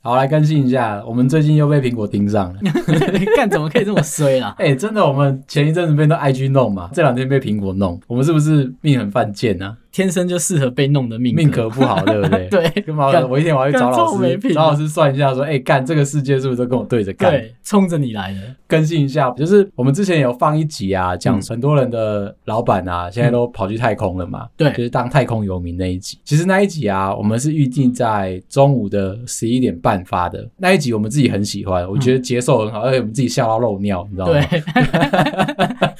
好，来更新一下，我们最近又被苹果盯 上了。干怎么可以这么衰啊 啦？哎、真的，我们前一阵子被那 IG 弄嘛，这两天被苹果弄，我们是不是命很犯贱啊？天生就适合被弄的命命格格。不好，对不对？ 对干嘛？干我一天我要去找干老臭没师品，啊找老师算一下，说，哎、干这个世界是不是都跟我对着干？对，冲着你来的。更新一下，就是我们之前有放一集啊，嗯讲很多人的老板啊，现在都跑去太空了嘛，对就是当太空游民那一集。其实那一集啊，我们是预定在中午的十一点半发的。那一集我们自己很喜欢，我觉得节奏很好，而且我们自己笑到漏尿，你知道 吗？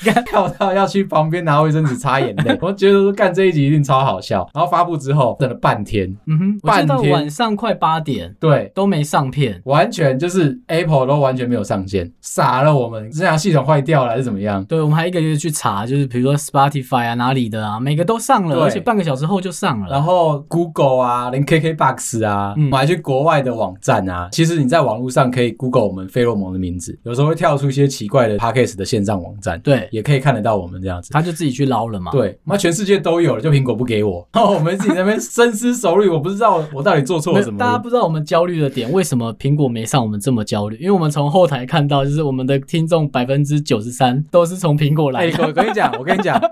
对，跳到要去旁边拿卫生纸擦眼泪，我觉得说干这一集一定超好笑。然后发布之后等了半天， 嗯哼，我半记到天晚上快八点对。都没上片。完全就是 Apple 都完全没有上线，傻了我们！这样系统坏掉了还是怎么样？对，我们还一个一个去查，就是比如说 Spotify 啊，哪里的啊，每个都上了，对而且半个小时后就上了。然后 Google 啊，连 KKBox 啊，嗯我还去国外的网站啊。其实你在网络上可以 Google 我们费洛蒙的名字，有时候会跳出一些奇怪的 Podcast 的线上网站，对，也可以看得到我们这样子。他就自己去捞了嘛。对，妈，全世界都有了，就苹果不给我， 然后我们自己在那边深思熟虑，我不知道我到底做错没了有什么。大家不知道我们焦虑的点，为什么苹果没上，我们这么焦虑？因为我们从后台看到，就是我们的听众百分之九十三都是从苹果来哎、的。我跟你讲，我跟你讲，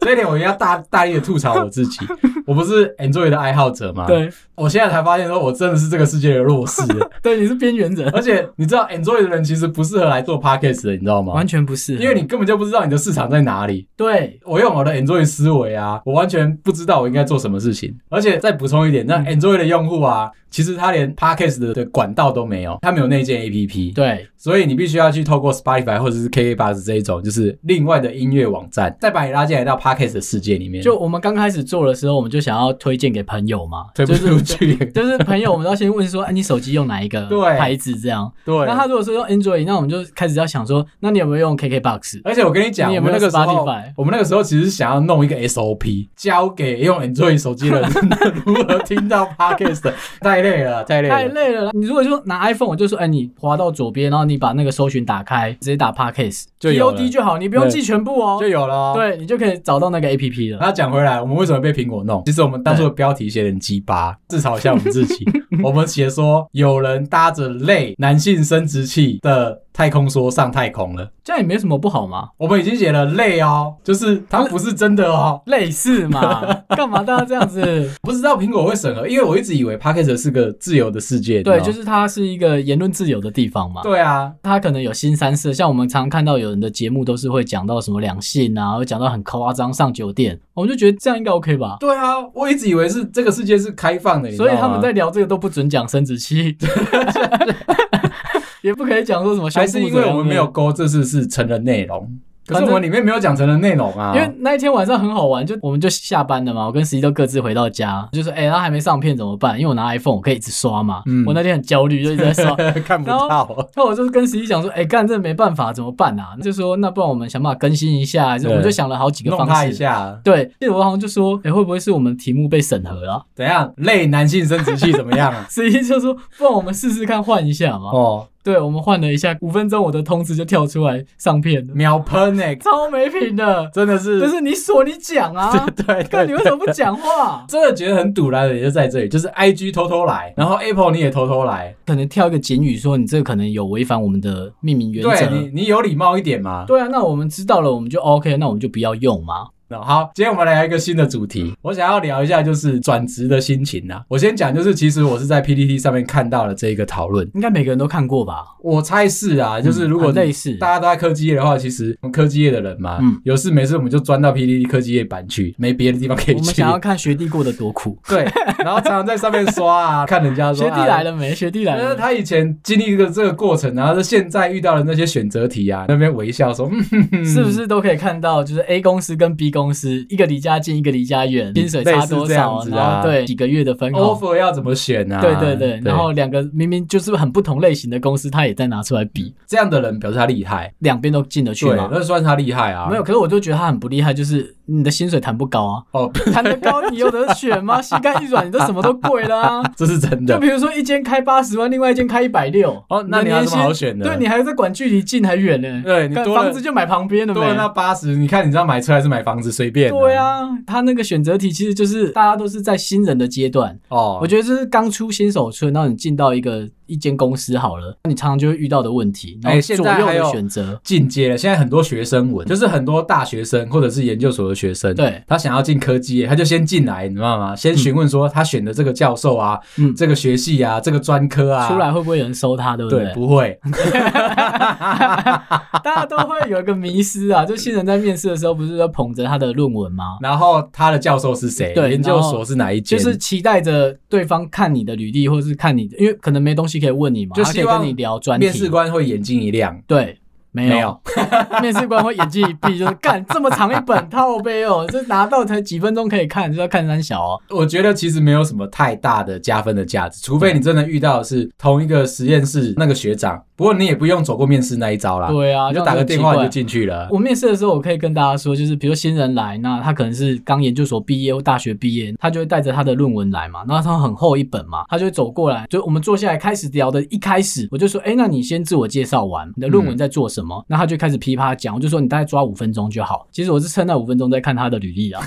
这一点我一定要大大力的吐槽我自己。我不是 Android 的爱好者吗？，对我现在才发现，说我真的是这个世界的弱势。对，你是边缘人， 而且你知道，Android 的人其实不适合来做 Podcast 的，你知道吗？完全不是，因为你根本就不知道你的市场在哪里。对我用我的 Android 思维啊，我完全不知道我应该做什么事情。而且再补充一点，那嗯 Android 的用户啊，其实他连 Podcast 的的管道都没有，他没有内建 APP，对所以你必须要去透过 Spotify 或者是 KKBox 这一种，就是另外的音乐网站，再把你拉进来到 Podcast 的世界里面，就我们刚开始做的时候，我们就想要推荐给朋友嘛，推不就是出去。 就是朋友，我们要先问说，哎、你手机用哪一个对牌子？这样， 对那他如果说用 Android，那我们就开始要想说，那你有没有用 KKBox？而且我跟你讲，我你有没们有那个时候 Spotify？，我们那个时候其实是想要弄一个 SOP，交给用 Android 手机的人 如何听到 Podcast，太累了，太累太了。累了啦！你如果就拿 iPhone，我就说，哎、你滑到左边，然后你把那个搜寻打开，直接打 Podcast 就有了 POD 就好，你不用记全部哦。就有了哦、对你就可以找到那个 A P P 了。那讲回来，我们为什么被苹果弄？其实我们当初的标题写得很鸡巴，自嘲一下我们自己。我们写说有人搭着类男性生殖器的太空梭上太空了。这样也没什么不好嘛，我们已经写了类哦，就是它不是真的哦。类似嘛，干嘛大家这 样子？不知道苹果会审核，因为我一直以为 p a c k a g e 是个自由的世界。你知道对，吗就是它是一个言论自由的地方嘛。对啊，它可能有新三色，像我们常看到有人的节目都是会讲到什么两性啊，会讲到很夸张上酒店，我们就觉得这样应该 OK 吧。对啊，我一直以为是这个世界是开放的，你知道所吗以他们在聊这个都不准讲生殖器， 也不可以讲说什么胸还部是怎因样为我们没有，勾这次是成人内容，可是我们里面没有讲成人内容啊，因为那一天晚上很好玩，就我们就下班了嘛，我跟十一都各自回到家，就说哎，他、还没上片怎么办？因为我拿 iPhone 我可以一直刷嘛，嗯我那天很焦虑，就一直在刷。 看不到。那我就是跟十一讲说，哎、干这没办法，怎么办啊？就说那不然我们想办法更新一下，就我们就想了好几个弄方他式一。下，对，记得我好像就说，哎、会不会是我们题目被审核了、？怎样？类男性生殖器怎么样啊 十一就说，不然我们试试看换一下嘛。哦，对，我们换了一下，五分钟我的通知就跳出来上片了，秒喷哎、超没品的。真的是，就是你说你讲啊， 对对看你对，为什么不讲话？啊真的觉得很堵然的，也就在这里，就是 I G 偷偷来，然后 Apple 你也偷偷来，可能挑一个警语说你这个可能有违反我们的命名原对你则。你有礼貌一点嘛。对啊，那我们知道了，我们就 OK，那我们就不要用嘛。好，今天我们来聊一个新的主题，我想要聊一下就是转职的心情啊。我先讲，就是其实我是在 P D T 上面看到了这一个讨论，应该每个人都看过吧？我猜是啊，就是如果嗯很类似大家都在科技业的话，其实我们科技业的人嘛，嗯有事没事我们就钻到 PDD 科技业版去，没别的地方可以我们去。想要看学弟过得多 苦。 对，然后常常在上面刷 啊，看人家说学弟来了。了没？学弟来但了是没。他以前经历过这个过程，啊然后是现在遇到的那些选择题啊，那边微笑说，嗯，是不是都可以看到，就是 A 公司跟 B 公司，一个离家近，一个离家远，薪水差类多似这少，样子啊然后对几个月的分红， offer 要怎么选啊？哦对对对，然后两个明明就是很不同类型的公司，他也在拿出来比，这样的人表示他厉害，两边都进得去对，嘛。那算他厉害啊。没有，可是我就觉得他很不厉害，就是你的薪水谈不高啊，哦， 谈得高你有得选 吗？膝盖一软，你都什么都贵了 啊。这是真就 的。比如说一间开八十万，另外一间开一百六，哦那你还有年什么薪好选的对你还在管距离近还远呢、对你干多了房子就买旁边的没啊多了那八十，你看你知道买车还是买房子随便、对，啊，他那个选择题其实就是大家都是在新人的阶段，哦，我觉得这是刚出新手村，然后你进到一个一间公司好了，你常常就会遇到的问题，然哎后现左在右还有的选择。进阶了。现在很多学生 文，就是很多大学生或者是研究所的学生，对，他想要进科技业，他就先进来，你知道吗？先询问说他选的这个教授啊，嗯这个学系啊，这个专科啊，出来会不会有人收他，对不对不会， 大家都会有一个迷失啊，就新人在面试的时候，不是要捧着他的论文吗？然后他的教授是谁？对研究所是哪一间？就是期待着对方看你的履历，或是看你的，因为可能没东西可以问你嘛，就他可以希望跟你聊专题。面试官会眼睛一亮，对，没有，没有 面试官会眼睛一闭，就是干这么长一本套杯哦，这拿到才几分钟可以看，就要看三小哦。我觉得其实没有什么太大的加分的价值，除非你真的遇到的是同一个实验室那个学长，不过你也不用走过面试那一招啦，对啊，你就这打样个很奇电话你怪就进去了。我面试的时候，我可以跟大家说，就是比如新人来，那他可能是刚研究所毕业或大学毕业，他就会带着他的论文来嘛，然后他很厚一本嘛，他就会走过来，就我们坐下来开始聊的。一开始我就说，哎，那你先自我介绍完，你的论文在做什么？那他就开始噼啪讲，我就说你大概抓五分钟就好。其实我是趁那五分钟在看他的履历啊，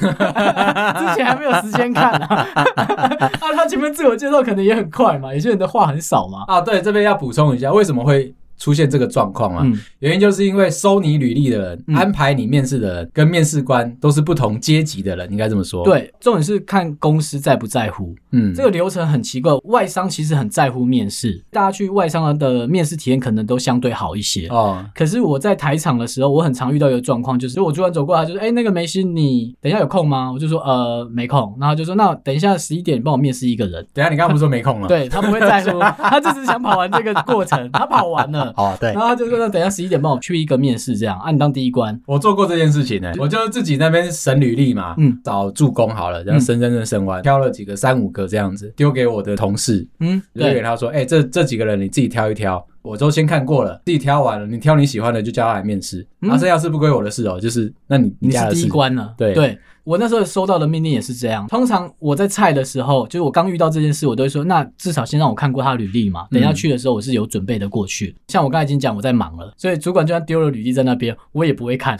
之前还没有时间看啊。 啊，他前面自我介绍可能也很快嘛，有些人的话很少嘛。啊，对，这边要补充一下，为什么会出现这个状况啊？嗯，原因就是因为收你履历的人、嗯安排你面试的人跟面试官都是不同阶级的人，应该这么说。，对，重点是看公司在不在乎。嗯，这个流程很奇怪，外商其实很在乎面试，大家去外商的面试体验可能都相对好一些。哦，可是我在台场的时候，我很常遇到一个状况，就是我主管走过来，他就是哎、那个梅西，你等一下有空吗？我就说呃没空，然后他就说那等一下十一点你帮我面试一个人。等一下你刚刚不是说没空了？，对他不会在乎，他就只是想跑完这个过程，他跑完了，哦，对然，后他就说那等一下十一点帮我去一个面试，这样啊你当第一关，我做过这件事情呢、我就是自己那边审履历嘛，嗯找助攻好了，然后审审审审完，挑了几个三五个这样子，丢给我的同事，嗯我就给对，他说，哎、这这几个人你自己挑一挑，我都先看过了，自己挑完了，你挑你喜欢的就叫他来面试，啊嗯然后剩下事不归我的事哦，就是那你你家是的第事一，关了。对我那时候收到的命令也是这样。通常我在菜的时候，就是我刚遇到这件事，我都会说，那至少先让我看过他的履历嗯嘛。等一下去的时候，我是有准备的过去。像我刚才已经讲，我在忙了，所以主管就算丢了履历在那边，我也不 会看，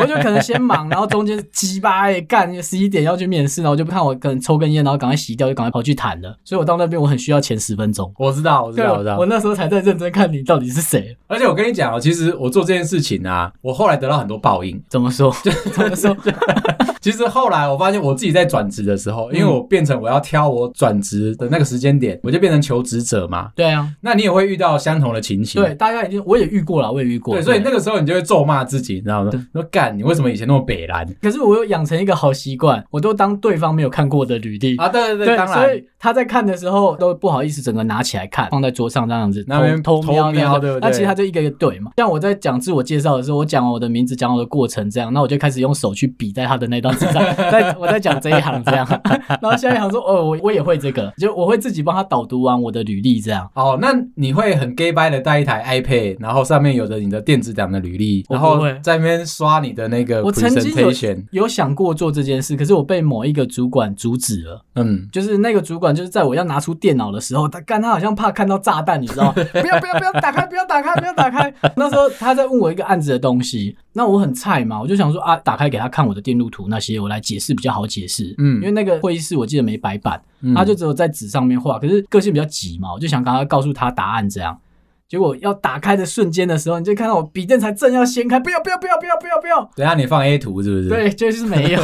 我就可能先忙，然后中间鸡巴哎干十一点要去面试，然后我就不看我可能抽根烟，然后赶快洗掉，就赶快跑去谈了。所以我到那边我很需要前十分钟。我知道，我知道，我知道，我那时候才在认真看你到底是谁。而且我跟你讲哦，其实我做这件事情啊，我后来得到很多报应。怎么说？ 怎么说？其实后来我发现我自己在转职的时候，嗯因为我变成我要挑我转职的那个时间点，我就变成求职者嘛。对啊，那你也会遇到相同的情形，对，大家已经我也遇过了，我也遇过。对，所以那个时候你就会咒骂自己，你知道吗对？嗯说干，你为什么以前那么北蓝可是我有养成一个好习惯，我都当对方没有看过的履历。啊？对对对，对，当所然，以他在看的时候都不好意思，整个拿起来看，放在桌上这样子，那边偷偷瞄这样瞄子对不对那其实他就一个一个对嘛。像我在讲自我介绍的时候，我讲我的名字，讲我的过程这样，那我就开始用手去比在他的那张 纸上，在我在讲这一行这样， 然后下一行说哦，我我也会这个，就我会自己帮他导读完我的履历这样。哦，那你会很 gay bye 的带一台 iPad，然后上面有着你的电子档的履历，我然不会后在那边刷你的那个我曾经有 presentation，有想过做这件事，可是我被某一个主管阻止了。嗯，就是那个主管，就是在我要拿出电脑的时候，他干他好像怕看到炸弹，你知 道吗？不要不要不要打开，不要打开，不要打开。 那时候他在问我一个案子的东西，那我很菜嘛，我就想说啊，打开给他看我的电路图那些，我来解释比较好解释。嗯因为那个会议室我记得没白板，嗯啊他就只有在纸上面画，可是个性比较急嘛，我就想赶快告诉他答案这样。结果要打开的瞬间的时候，你就看到我笔电才正要掀开，不要不要不要不要不要不要，等一下你放 A 图是不是？，对，就是 没有。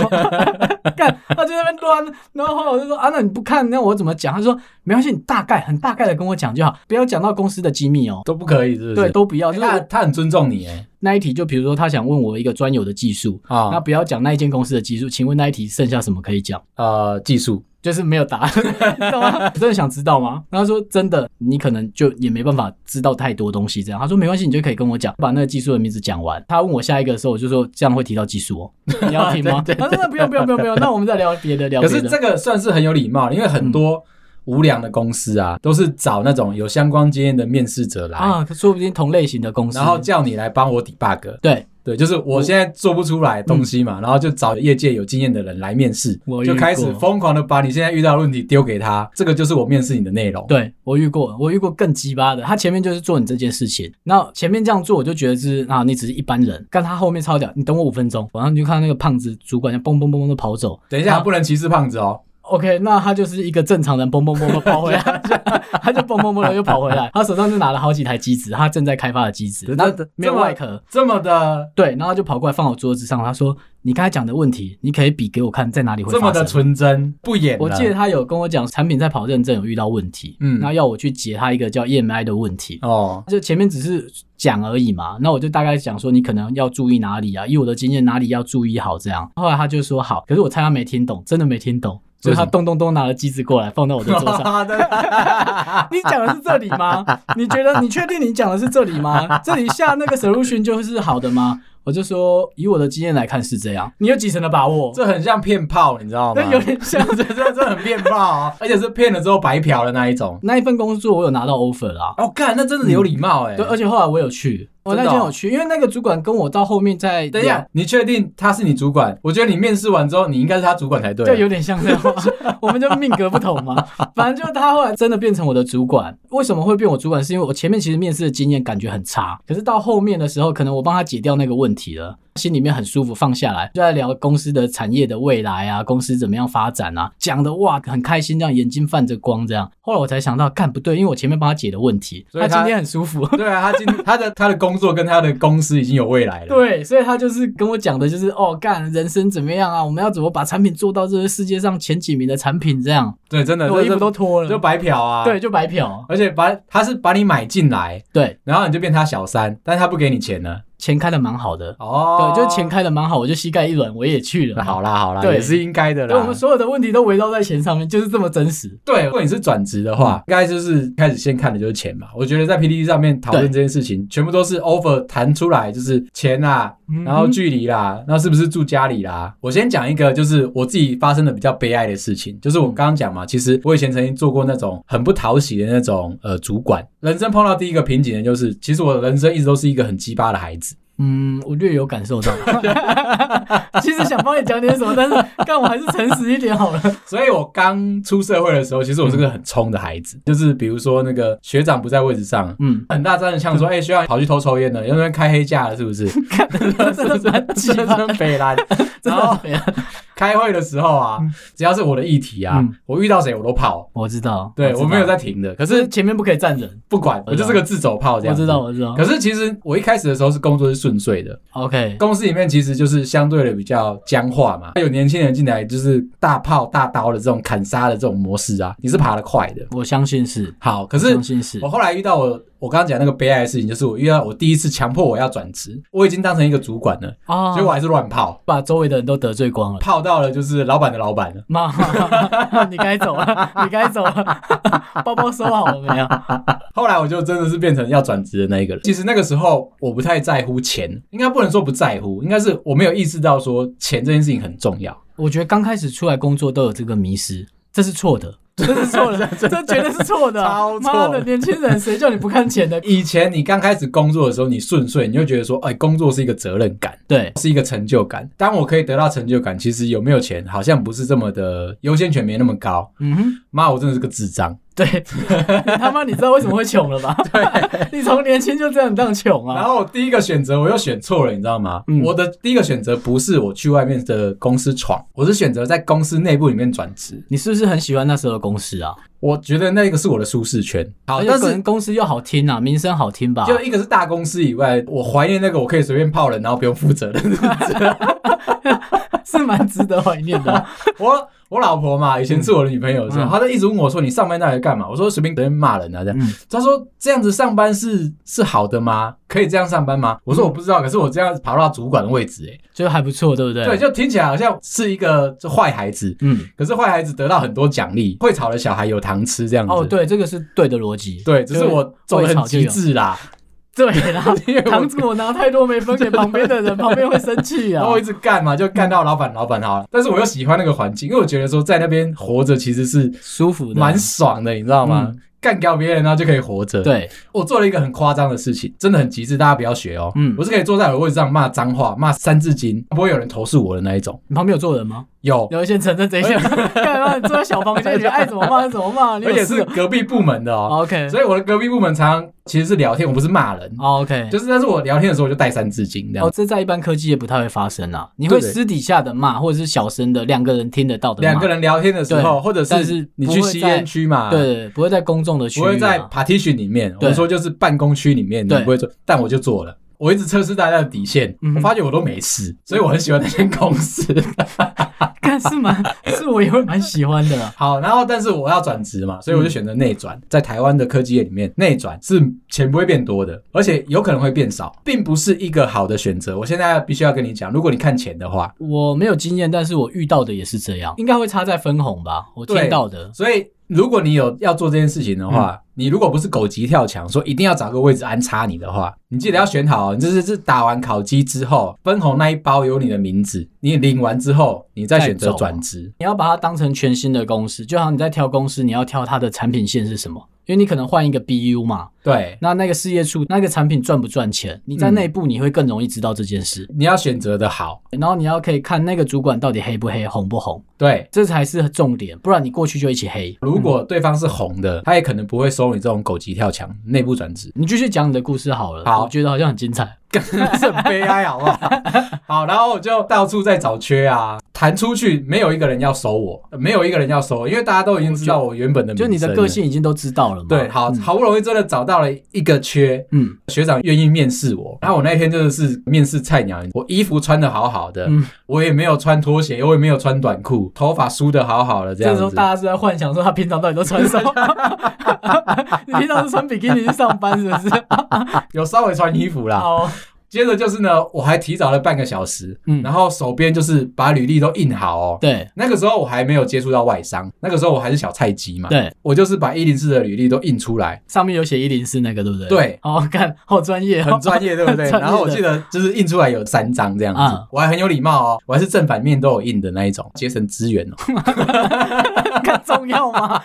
干，他就在那边乱，然后后来我就说啊，那你不看，那我怎么讲？他说没关系，你大概很大概的跟我讲就好，不要讲到公司的机密哦。都不可以是不是？对，都不要。哎就是他我他很尊重你哎，那一题，就比如说他想问我一个专有的技术，那啊，不要讲那一间公司的技术。请问那一题剩下什么可以讲？呃，技术，就是没有答案，你懂吗？真的想知道吗？然后他说真的，你可能就也没办法知道太多东西。这样，他说没关系，你就可以跟我讲，把那个技术的名字讲完。他问我下一个的时候，我就说这样会提到技术哦，你 要听吗？他说那不用不用不用不用，那我们再聊别的聊可别的。嗯是这个算是很有礼貌，因为很多无良的公司啊，都是找那种有相关经验的面试者来，啊，说不定同类型的公司，然后叫你来帮我 debug。对，对，就是我现在做不出来东西嘛，然后就找业界有经验的人来面试嗯我，遇就开始过疯狂的把你现在遇到的问题丢给他，这个就是我面试你的内容。对我遇过，我遇过更鸡巴的。他前面就是做你这件事情，那前面这样做，我就觉得是啊，你只是一般人。但他后面超屌，你等我五分钟，然后你就看到那个胖子主管就嘣嘣嘣嘣的跑走。等一下啊不能歧视胖子哦， OK，那他就是一个正常人，嘣嘣嘣的跑 回来，他就嘣嘣嘣的又跑回来，他手上就拿了好几台机子，他正在开发的机子，那这没有这么外壳。这么的对，然后他就跑过来放我桌子上，他说：“你刚才讲的问题，你可以比给我看在哪里会这发生。”么的纯真，不演了。我记得他有跟我讲，产品在跑认证有遇到问题，嗯然后要我去解他一个叫 EMI 的问题。哦，就前面只是讲而已嘛，那我就大概讲说你可能要注意哪里啊，以我的经验哪里要注意好这样。后来他就说好，可是我猜他没听懂，真的没听懂，所以他为什么咚咚咚拿了机子过来放到我的桌 上。 你讲的是这里吗？你觉得你确定你讲的是这里 吗？这里下那个 solution 就是好的吗？我就说以我的经验来看是这样，你有几成的把握？这很像骗炮，你知道吗？那有点像 这这这很骗炮啊，而且是骗了之后白嫖的那一种。那一份工作我有拿到 offer 啦，哦，干，那真的有礼貌哎、嗯对，而且后来我有去，我那真的天哦有去，因为那个主管跟我到后面在等一聊下，你确定他是你主管？我觉得你面试完之后，你应该是他主管才对。就有点像 这样嘛，我们就命格不同嘛。反正就他后来真的变成我的主管，为什么会变我主管？是因为我前面其实面试的经验感觉很差，可是到后面的时候，可能我帮他解掉那个问题了，心里面很舒服，放下来就在聊公司的产业的未来啊，公司怎么样发展啊，讲的哇很开心，这样眼睛泛着光这样。后来我才想到，干不对，因为我前面帮他解的问题，所以他今天很舒服。 对啊，他今他的他的工作跟他的公司已经有未来了。，对，所以他就是跟我讲的，就是哦，干人生怎么样啊？我们要怎么把产品做到这个世界上前几名的产品？这样，对，真的，我呃这衣服都脱了，就白嫖啊。对，，就白嫖。而且把他是把你买进来，对，然后你就变他小三，但是他不给你钱呢。钱开的蛮好的，哦，对，就是钱。开的蛮好，我就膝盖一软，我也去了。那好啦啊好啦，对也是应该的对，我啦们。所有的问题都围绕在钱上面，就是这么真实。对，如果你是转职的话，应该就是开始先看的就是钱嘛。我觉得在 PPT 上面讨论这件事情，全部都是 offer 谈出来，就是钱啊，然后距离啦，那是不是住家里啦？我先讲一个，就是我自己发生的比较悲哀的事情，就是我刚刚讲嘛，其实我以前曾经做过那种很不讨喜的那种呃主管，人生碰到第一个瓶颈的就是，其实我的人生一直都是一个很鸡巴的孩子，嗯，我略有感 受到。其实想帮你讲点什么，但是 干我还是诚实一点好了。所以我刚出社会的时候，其实我是个很冲的孩子，就是比如说那个学长不在位置上。嗯，很大声的呛说：“哎、学长跑去偷抽烟了，有人开黑价了，是不是？ 嗯 真的蛮鸡真巴，的哦北蓝。 真然的后没有。开会的时候啊，只要是我的议题啊，嗯我遇到谁我都跑，我知道，对知我道没有在，停的。可就是是前面不可以站人。不管，我我知道就是个自走哦炮这我样。知道，。嗯我知道可。是其实我一开始的时候是工作是顺遂的， OK，公司里面其实就是相对的比较僵化嘛，有年轻人进来就是大炮大刀的这种砍杀的这种模式啊，你是爬得快的。我相信是，好，可我是相信是我。后来遇到我我刚刚讲那个悲哀的事情，就是我遇到我第一次强迫我要转职，我已经当成一个主管了，哦所以我还是乱泡，把周围的人都得罪光了。泡到了就是老板的老板了。妈， 你该走了，你该走了，包包收好了没有？后来我就真的是变成要转职的那一个人。其实那个时候我不太在乎钱，应该不能说不在乎，应该是我没有意识到说钱这件事情很重要。我觉得刚开始出来工作都有这个迷失，这是错的，这是错的， 这绝对是错 的，超错妈的，年轻人谁叫你不看钱 的？以前你刚开始工作的时候，你顺遂，你就觉得说，哎，工作是一个责任感，对，是一个成就感。当我可以得到成就感，其实有没有钱好像不是这么的优先权没那么高。嗯哼，妈，我真的是个智障。对， 他妈你知道为什么会穷了吧？对， 你从年轻就这样这样穷然啊？后我第一个选择我又选错了，你知道吗？嗯我的第一个选择不是我去外面的公司闯，我是选择在公司内部里面转职。你是不是很喜欢那时候的公司啊？我觉得那个是我的舒适圈。好，而且但可是能公司又好听啊，名声好听吧？就一个是大公司以外，我怀念那个我可以随便泡人，然后不用负 责任。是蛮值得怀念 的。我我老婆嘛，以前是我的女朋友的时候，嗯她就一直问我说：“你上班到底干嘛？”我说：“随便随便骂人啊，这样。嗯她说：“这样子上班是是好的吗？可以这样上班吗？”我说：“我不知道，可是我这样爬到主管的位置、欸，就还不错，对不对？对，，就听起来好像是一个就坏孩子。”嗯，可是坏孩子得到很多奖励，会吵的小孩有糖吃这样子。哦，对，这个是对的逻辑。对，只是哦就我走的会很吵就 极有致啦。对啦因 为，我堂主我拿太多没分给旁边的人，旁边会生气然 啊后。我一直干嘛，就干到老板，老板好了。但是我又喜欢那个环境，因为我觉得说在那边活着其实是舒服的，嗯蛮爽的，你知道吗？干掉别人，然后就可以活着。，对，我做了一个很夸张的事情，真的很极致，大家不要学哦。嗯我是可以坐在我的位置上骂脏话、骂三字经，不会有人投诉我的那一种。你旁边有坐人吗？有，有一些承认这一些， 干嘛？你坐在小房间里，爱怎么骂就怎么 骂，你而有且事是哦。隔壁部门的哦。 OK，所以我的隔壁部门常常其实是聊天，我不是骂人，哦 OK，就是但是我聊天的时候我就带三字经这样哦，。这在一般科技也不太会发生啊。你会对对私底下的骂，或者是小声的两个人听得到的骂两个，人聊天的时候，对或者但是你不去会吸在烟区嘛，对，对，对不会在公众的区域不啊，会在 partition 里面，我对们说就是办公区里面，你对不会做，但我就做了。我一直测试大家的底线嗯，哼我发觉我都没事，所以我很喜欢那间公司。 干是蛮，是我也会蛮喜欢的啊。好，然后但是我要转职嘛，所以我就嗯选择内转。在台湾的科技业里面，内转是钱不会变多的，而且有可能会变少，并不是一个好的选择。我现在必须要跟你讲，如果你看钱的话，我没有经验，但是我遇到的也是这样，应该会差在分红吧，我对听到的。所以如果你有要做这件事情的话，你如果不是狗急跳墙，说一定要找个位置安插你的话，你记得要选好、哦，你就是是打完烤鸡之后，分红那一包有你的名字，你领完之后，你再选择转职。你要把它当成全新的公司，就好像你在挑公司，你要挑它的产品线是什么，因为你可能换一个 BU 嘛，对，那那个事业处那个产品赚不赚钱，你在嗯内部你会更容易知道这件事，你要选择的好，然后你要可以看那个主管到底黑不黑，红不红，对。这才是重点，不然你过去就一起黑。，如果对方是红的，他也可能不会收你这种狗急跳墙内部转职你继续讲你的故事好了，好嗯我觉得好像很精彩。 这很悲哀，好不好？好，然后我就到处在找缺啊，弹出去没有一个人要收我，没有一个人要收我，因为大家都已经知道我原本的就你名的声个了性已经都知道了嘛？对，哦好嗯好不容易真的找到了一个缺，嗯，学长愿意面试我。然后我那天真的是面试菜鸟，我衣服穿的好好的，嗯我也没有穿拖鞋，我也没有穿短裤，头发梳的好好的，这这样时候子。大家是在幻想说他平常到底都 穿什么？你平常是穿比基尼去上班是不是？有稍微穿衣服啦。哦，接着就是呢，我还提早了半个小时，嗯然后手边就是把履历都印好哦。对那个时候我还没有接触到外商，那个时候我还是小菜鸡嘛。，对，我就是把一零四的履历都印出来，上面有写一零四那个对不对？对哦，看好专业哦，很专业，对不对？ 很专业的然后我记得就是印出来有三张这样子，嗯我还很有礼貌哦，我还是正反面都有印的那一种，节省资 源哦。看重要 吗？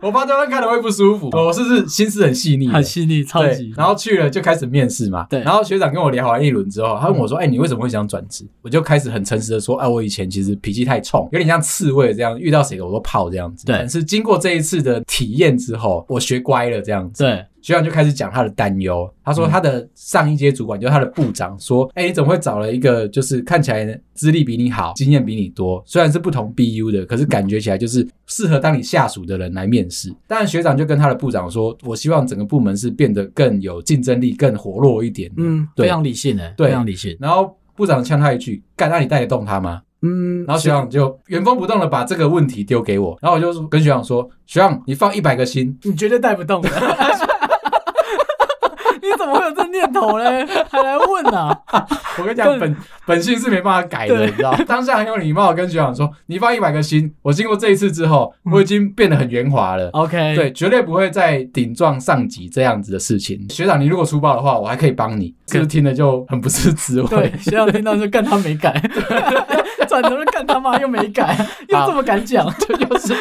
我怕对方看了会不舒服，哦我是不是心思很细腻的？很细腻，超级对，。然后去了就开始面试嘛。对然后学长跟我聊完一轮之后，他问我说：“哎、你为什么会想转职？”我就开始很诚实的说：“哎、我以前其实脾气太冲，有点像刺猬这样，遇到谁我都泡这样子。”对但是经过这一次的体验之后，我学乖了这样子。对，学长就开始讲他的担忧，他嗯说他的上一阶主管就是他的部长说：“哎、你怎么会找了一个就是看起来资历比你好、经验比你多，虽然是不同 BU 的，可是感觉起来就是适合当你下属的人来面试？”当然，学长就跟他的部长说：“我希望整个部门是变得更有竞争力、更活络一点。”嗯，嗯，对非常理性诶，对非常理性。然后部长呛他一句：“干，那你带得动他吗？”嗯，然后学长就原封不动的把这个问题丢给我，然后我就跟学长说：“学长，你放一百个心，你绝对带不动的。 你怎么会有这念头嘞？还来问啊？我跟你讲，本本性是没办法改的，对你知道？ 当下很有礼貌，跟学长说：“你放一百个心。”我经过这一次之后，嗯我已经变得很圆滑了。 OK，对，绝对不会再顶撞上级这样子的事情。学长，你如果粗暴的话，我还可以帮你。是不是听了就很不是滋 味？对，学长听到说干他没改， 转头就干他妈又没改，又这么敢讲，又是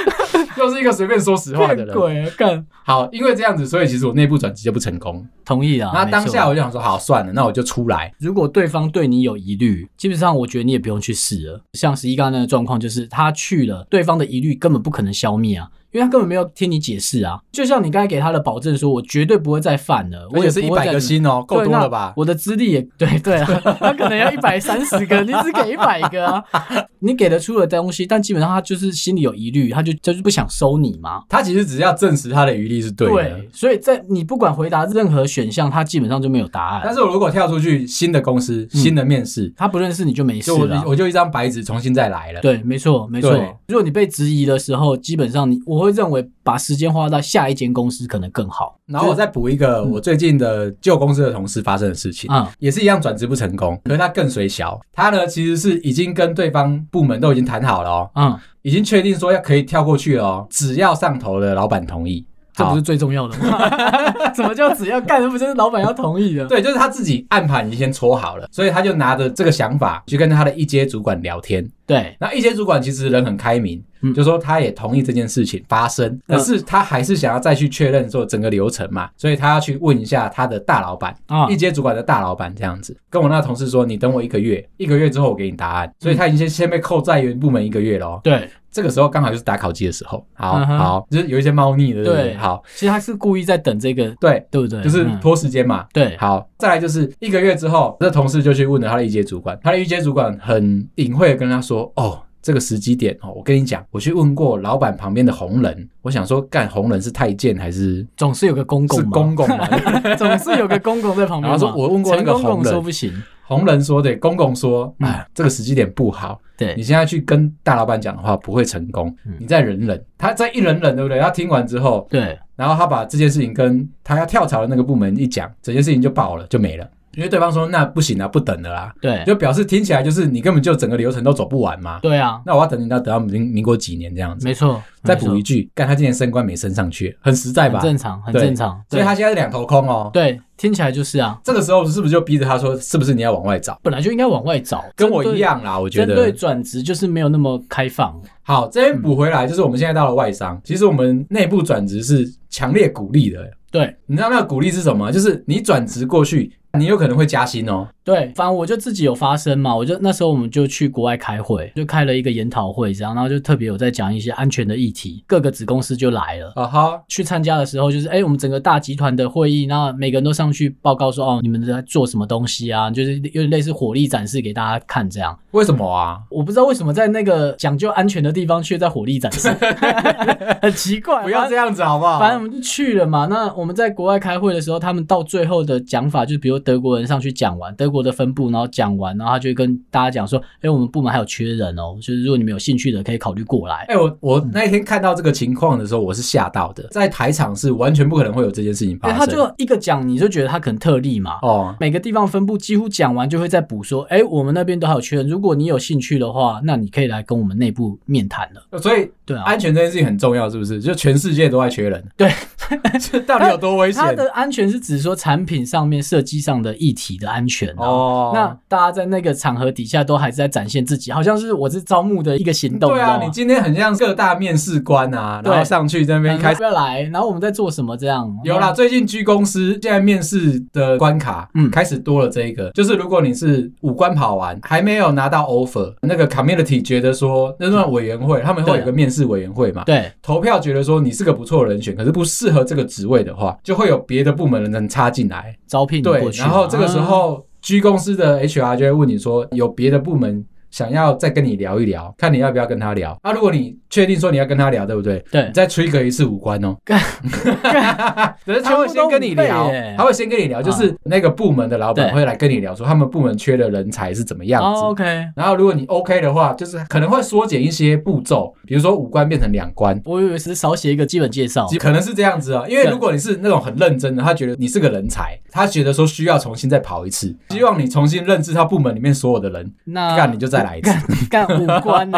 又是一个随便说实话的骗人。鬼啊干！好，因为这样子，所以其实我内部转职就不成功。同意啊。那当下没我错，就想说，好，算了，那我就出来。如果对方对你有疑虑，基本上我觉得你也不用去试了。像十一刚刚那个状况，就是他去了，对方的疑虑根本不可能消灭啊。因为他根本没有听你解释啊，就像你刚才给他的保证说，我绝对不会再犯了，我而也且是一不会百再个心哦，够对多那了吧？我的资历也 对对啊，他可能要一百三十 个，你只给一百个啊，你给得出的东西，但基本上他就是心里有疑虑，他就就是不想收你嘛。他其实只是要证实他的余力是对啊的。所以在你不管回答任何选项，他基本上就没有答但案。是我如果跳出去新的公司、新的面试，他不认识你就没事啊就我了。我就一张白纸重新再来了。对，没错，没错对。如果你被质疑的时候，基本上你我会认为把时间花到下一间公司可能更好。然后我再补一个我最近的旧公司的同事发生的事情，嗯也是一样转职不成功，可是他更水小。他呢其实是已经跟对方部门都已经谈好了哦，嗯，已经确定说要可以跳过去了哦，只要上头的老板同意。这不是最重要的 吗？什么叫只要干？这不就是老板要同意的？对，就是他自己暗盘已经先搓好了，所以他就拿着这个想法去跟他的一阶主管聊天。对，那一阶主管其实人很开明，嗯就说他也同意这件事情发生，可是他还是想要再去确认说整个流程嘛，所以他要去问一下他的大老板，啊一阶主管的大老板这样子，跟我那同事说，你等我一个月，一个月之后我给你答嗯案，所以他已经先先被扣在原部门一个月咯。对，这个时候刚好就是打考机的时候，好、嗯哼好，就是有一些猫腻的，对不对对好，其实他是故意在等这个，对，对不对？就是嗯拖时间嘛。对，好，再来就是一个月之后，这同事就去问了他的一阶主管，他的一阶主管很隐晦的跟他说：“哦，这个时机点哦，我跟你讲，我去问过老板旁边的红人，我想说，干红人是太监还是总是有个公公是嘛，公公嘛？总是有个公公在旁边嘛。然后说我问过那个陈公红公人说不行， 红人说对，公公说，嗯哎，这个时机点不好，对你现在去跟大老板讲的话不会成功嗯，你再忍忍。他再一忍忍，对不对？他听完之后，对然后他把这件事情跟他要跳槽的那个部门一讲，整件事情就爆了，就没了。因为对方说那不行啊，不等了啦，对就表示听起来就是你根本就整个流程都走不完嘛。对啊，那我要等你到等到民民国几年这样子，没错，再没错补一句，干他今年升官没升上去，很实在吧很？正常，很对正常。所以他现在是两头空哦。对对听起来就是啊，这个时候是不是就逼着他说，是不是你要往外找？本来就应该往外找，跟我一样。啊样啦，我觉针得对转职就是没有那么开放，好，这边补回来，就是我们现在到了外商，其实我们内部转职是强烈鼓励的。对你知道那个鼓励是什么吗？就是你转职过去，你有可能会加薪哦。对，反正我就自己有发生嘛，我就那时候我们就去国外开会，就开了一个研讨会，这样，然后就特别有在讲一些安全的议题，各个子公司就来了。啊哈，去参加的时候，就是哎、我们整个大集团的会议，那每个人都上去报告说，哦，你们在做什么东西啊？就是有点类似火力展示给大家看这样。为什么啊？我不知道为什么在那个讲究安全的地方，却在火力展示， 很奇怪。不要这样子好不好？反正我们就去了嘛。那我们在国外开会的时候，他们到最后的讲法，就是比如德国人上去讲完德国的分部，然后讲完，然后他就会跟大家讲说：“哎、我们部门还有缺人哦，就是如果你们有兴趣的，可以考虑过来。 哎、我嗯我那一天看到这个情况的时候，我是吓到的。在台场是完全不可能会有这件事情发哎，生。他就一个讲，你就觉得他可能特例嘛。哦，每个地方分部几乎讲完，就会再补说：“哎、我们那边都还有缺人，如果你有兴趣的话，那你可以来跟我们内部面谈了。所以”对啊，安全这件事情很重要，是不是？就全世界都在缺人， 对，这到底有多危险它？的安全是指说产品上面设计上的议题的安全、啊、哦那大家在那个场合底下都还是在展现自己，好像是我是招募的一个行动，对啊，你你知今天很像各大面试官啊，对嗯然后上去在那道边吗开嗯始。要不要来，然后我们在做什么这样？有啦，，最近居公司现在面试的关卡，嗯嗯，开始多了这一个，就是如果你是五关跑完还没有拿到 offer，那个 community 觉得说，那段委员会他们会对有一个面试委员会嘛，对投票觉得说你是个不错的人选，可是不适合这个职位的话，就会有别的部门的人插进来，招聘你对过，去嘛，然后这个时啊候居公司的 HR 就会问你说，有别的部门想要再跟你聊一聊，看你要不要跟他聊。啊，如果你确定说你要跟他聊，对不对？对你再吹个一次五官 哦。 可是他会先跟你全部都五聊倍耶，啊他会先跟你聊，就是那个部门的老板对会来跟你聊说他们部门缺的人才是怎么样子。哦 OK，然后，如果你 OK 的话，就是可能会缩减一些步骤，比如说五官变成两关，我以为只是少写一个基本介绍，可能是这样子啊，因为如果你是那种很认真的，他觉得你是个人才，他觉得说需要重新再跑一次，嗯希望你重新认识他部门里面所有的人，那干你就再来一次。嗯 干五官呢、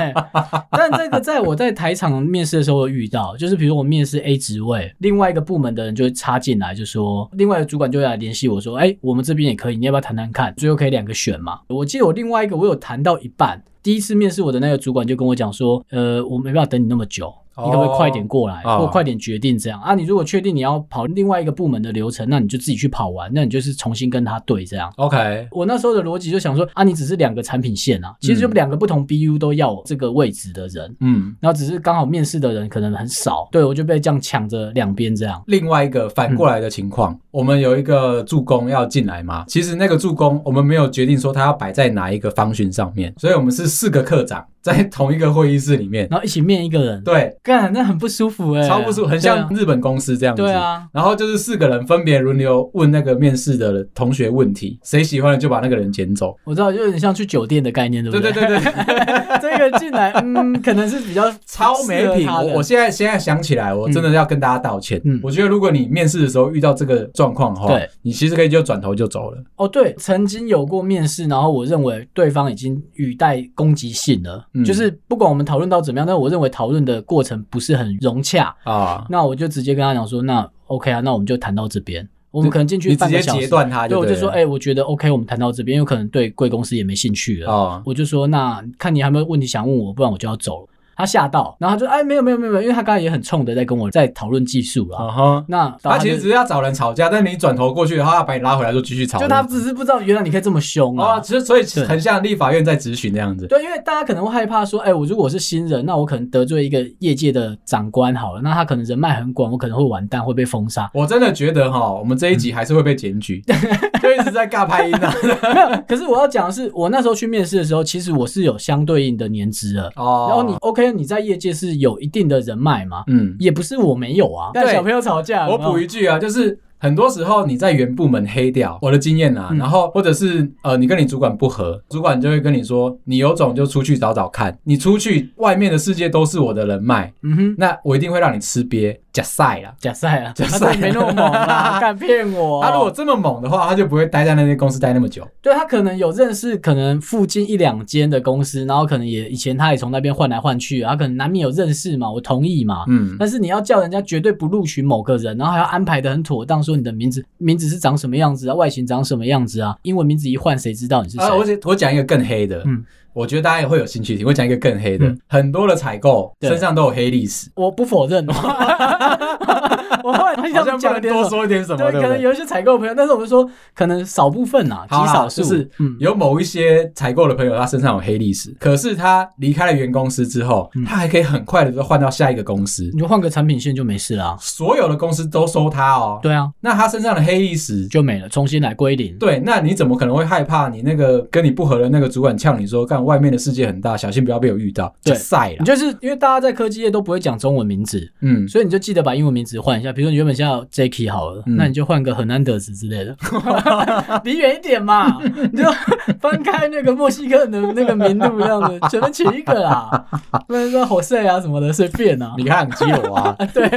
但这个在我在台场面试的时候有遇到，就是比如我面试 A 职位，另外一个部门的人就会插进来，就说另外的主管就会来联系我说，哎、我们这边也可以，你要不要谈谈看？最后可以两个选嘛。我记得我另外一个我有谈到一半。第一次面试我的那个主管就跟我讲说，呃，我没办法等你那么久，你可不可以快点过来，哦或快点决定这样啊？你如果确定你要跑另外一个部门的流程，那你就自己去跑完，那你就是重新跟他对这样。 OK，我那时候的逻辑就想说啊，你只是两个产品线啊，其实就两个不同 BU 都要这个位置的人，嗯，然后只是刚好面试的人可能很少，对我就被这样抢着两边这样。另外一个反过来的情况，嗯我们有一个助攻要进来嘛，其实那个助攻我们没有决定说他要摆在哪一个方群上面，所以我们是四个课长在同一个会议室里面，然后一起面一个人，对，干那很不舒服哎、超不舒服，很像日本公司这样子。对啊。对啊然后就是四个人分别轮流问那个面试的同学问题，谁喜欢了就把那个人捡走。我知道，就有点像去酒店的概念，对不对对对 对对，对，这个人进来，嗯， 可能是比较超没适合品！他的我我现在现在想起来，我真的要跟大家道歉。嗯我觉得如果你面试的时候遇到这个状况的话对，你其实可以就转头就走了。哦，对，曾经有过面试，然后我认为对方已经语带攻击性了，嗯就是不管我们讨论到怎么样，但我认为讨论的过程不是很融洽，啊，那我就直接跟他讲说，那 OK 啊，那我们就谈到这边，我们可能进去你直半接个小截时，断他对，就我对就了。说，哎、我觉得 OK，我们谈到这边，因为可能对贵公司也没兴趣了，哦，我就说，那看你还有没有问题想问我，不然我就要走了。他吓到，然后他就哎没有没有没有，没有因为他刚才也很冲的在跟我在讨论技术啦。啊哈，那他就其实只是要找人吵架，但你转头过去的话，他把你拉回来就继续吵就论。他只是不知道原来你可以这么凶啊啊，。其实所以对很像立法院在质询那样子。。对，因为大家可能会害怕说，哎、我如果是新人，那我可能得罪一个业界的长官好了，那他可能人脉很广，我可能会完蛋，会被封杀我真的觉得哈，我们这一集还是会被检 举，就一直在尬拍音啊。没有，可是我要讲的是，我那时候去面试的时候，其实我是有相对应的年资的。哦然后你 OK，你在业界是有一定的人脉嘛？嗯，也不是我没有啊，跟对小朋友吵架，我有没有补一句啊，就是。很多时候你在原部门黑掉，我的经验啊，嗯然后或者是呃，你跟你主管不和，主管就会跟你说，你有种就出去找找看，你出去外面的世界都是我的人脉，嗯哼，那我一定会让你吃瘪假赛啦。假赛啊， 假他赛真的没那么猛 啊，敢骗我？他如果这么猛的话，他就不会待在那间公司待那么久。对他可能有认识，可能附近一两间的公司，然后可能也以前他也从那边换来换去，他可能难免有认识嘛，我同意嘛。嗯，但是你要叫人家绝对不录取某个人，然后还要安排的很妥当，说你的名字名字是长什么样子啊，外形长什么样子啊，英文名字一换，谁知道你是谁？啊，我讲我讲一个更黑的，嗯我觉得大家也会有兴趣听。我讲一个更黑的，嗯很多的采购对身上都有黑历史，我不否认，我好后来发现他像们不讲了能点多什么。说一点什么，对 对，可不能对？有一些采购朋友，但是我们说可能少部分啊，极好啦少数就是嗯，有某一些采购的朋友，他身上有黑历史，可是他离开了原公司之后，嗯他还可以很快的就换到下一个公司，你就换个产品线就没事了啊。所有的公司都收他哦。对啊，那他身上的黑历史，就没了，重新来归零。对，那你怎么可能会害怕你那个跟你不合的那个主管呛你说，干外面的世界很大，小心不要被我遇到，对就晒你了。就是因为大家在科技业都不会讲中文名字，嗯，所以你就记得把英文名字换一下。比如说你原本叫 Jacky 好了，嗯那你就换个 Hernandez 之类的，离远一点嘛，你就翻开那个墨西哥人的那个名录这样子，随便取一个 啦，不然说 Jose 啊什么的随便啊，你看很基友 啊。对，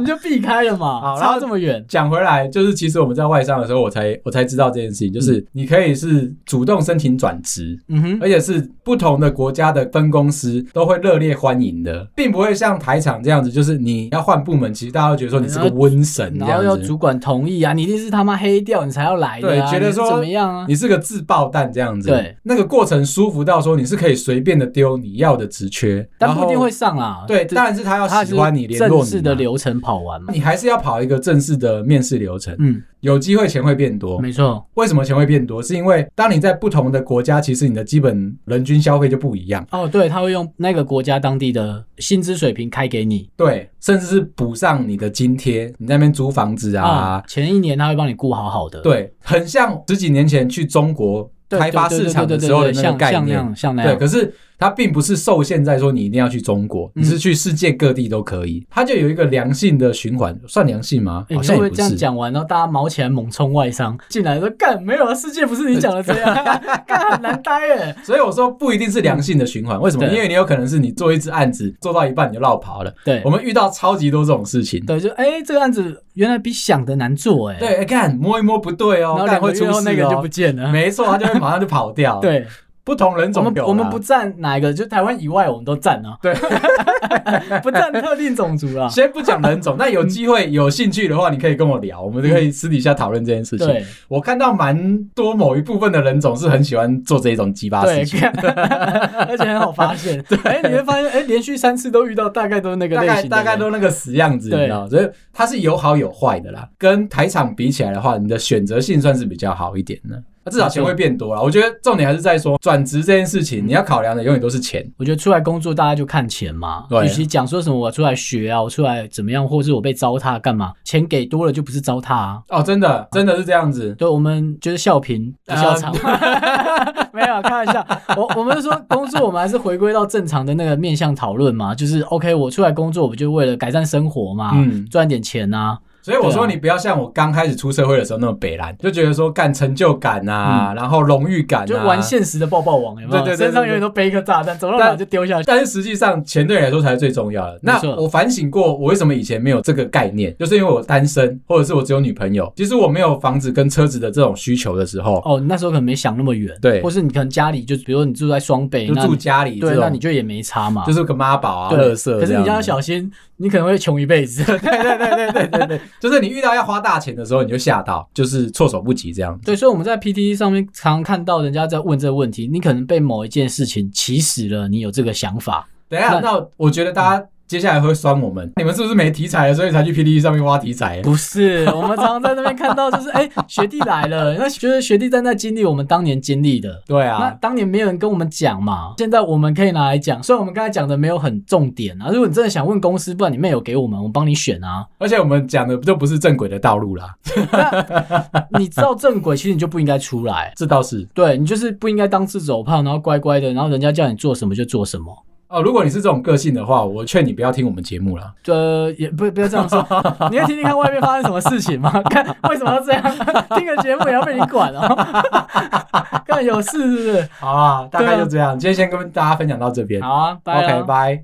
你就避开了嘛，好然后差这么远。讲回来，就是其实我们在外商的时候，我才我才知道这件事情，就是你可以是主动申请转职，嗯哼，而且是不同的国家的分公司都会热烈欢迎的，并不会像台场这样子，就是你要换部门，其实大家都觉得说你是个瘟神这然后要样子，主管同意啊，你一定是他妈黑掉你才要来的、啊，对觉得你是说怎么样啊？你是个自爆弹这样子。对，那个过程舒服到说你是可以随便的丢你要的职缺，但不一定会然后。上啦。对，这当然是他要他喜欢你，就是联络正你式嘛的流程跑完嘛。你还是要跑一个正式的面试流程。嗯，有机会钱会变多，没错，为什么钱会变多？是因为当你在不同的国家，其实你的基本人均消费就不一样，哦，对，他会用那个国家当地的薪资水平开给你对，甚至是补上你的津贴，你在那边租房子啊，前一年他会帮你顾好好的，对，很像十几年前去中国对，开发对对市场对的对时候的对对那个概像像那念，样像那对，样，可是。它并不是受限在说你一定要去中国，嗯你是去世界各地都可以，它就有一个良性的循环，算良性吗？诶好哎你会像不也会不这样是。讲完，然后大家毛起来猛冲外商进来说干没有啊？世界不是你讲的这 样，干很难待耶。所以我说不一定是良性的循环，为什么？嗯对因为你有可能是你做一只案子做到一半你就落跑了，对我，们遇到超级多这种事情。对，就哎这个案子原来比想的难做哎，，对，哎干摸一摸不对然哦，后干两个会出月后事那个哦就不见了。没错，他就会马上就跑掉。， 对，不同人我种们有啦我们不占哪一个，就台湾以外我们都占啊，对， 不占特定种族 啊。先不讲 人种，那有机会有兴趣的话，你可以跟我聊，我们就可以私底下讨论这件事情。对，我看到蛮多某一部分的人种是很喜欢做这种鸡巴事对，情， 而且很好 发现。哎、你会发现，哎、连续三次都遇到，大概都是那个 大类概型的人大概都那个死样子，你对知道，所以它是有好有坏的啦。跟台场比起来的话，你的选择性算是比较好一点的。那至少钱会变多了，我觉得重点还是在说转职这件事情，你要考量的永远都是钱。我觉得出来工作，大家就看钱嘛。对啊与其讲说什么我出来学啊，我出来怎么样，或是我被糟蹋干嘛，钱给多了就不是糟蹋啊。哦，真的，真的是这样子。对，我们就是笑贫不啊笑娼， 没有开玩笑。我我们是说工作，我们还是回归到正常的那个面向讨论嘛，就是 OK，我出来工作，我就为了改善生活嘛，嗯赚点钱啊。所以我说你不要像我刚开始出社会的时候那么北蓝，就觉得说干成就感啊，然后荣誉感、啊，嗯就玩现实的抱抱网，有没有？对对对对对身上永远都背一颗炸弹，走到哪但就丢下去。但是实际上，钱对你来说才是最重要的。没那错我反省过，我为什么以前没有这个概念，就是因为我单身，或者是我只有女朋友。其实我没有房子跟车子的这种需求的时候，哦，你那时候可能没想那么远，对或是你可能家里就比如说你住在双北，就那住你家里这对，那你种，就也没差嘛，就是个妈宝啊、对乐色。可是你 要，小心，你可能会穷一辈子。对对对对对对对。就是你遇到要花大钱的时候，你就吓到，就是措手不及这样。对，所以我们在 PTT 上面常常看到人家在问这个问题，你可能被某一件事情起死了，你有这个想法，等一下，那那我觉得大家接下来会酸我们，你们是不是没题材了，所以才去 PDE 上面挖题材？不是？我们常常在那边看到，就是哎、学弟来了，那就是学弟正在经历我们当年经历的。对那啊，当年没有人跟我们讲嘛，现在我们可以拿来讲。虽然我们刚才讲的没有很重点啊，如果你真的想问公司，不然你 mail 给我们，我们帮你选啊。而且我们讲的就不是正轨的道路啦，你知道正轨，其实你就不应该出来，这倒是。对你就是不应该当自走炮，然后乖乖的，然后人家叫你做什么就做什么。哦，如果你是这种个性的话，我劝你不要听我们节目啦。呃，也不不要这样说，你要听听看外面发生什么事情吗？看为什么要这样？听个节目也要被你管哦， 看有事是不是？好啊，大对概啊就这样。今天先跟大家分享到这边。好啊，拜 OK，了。拜。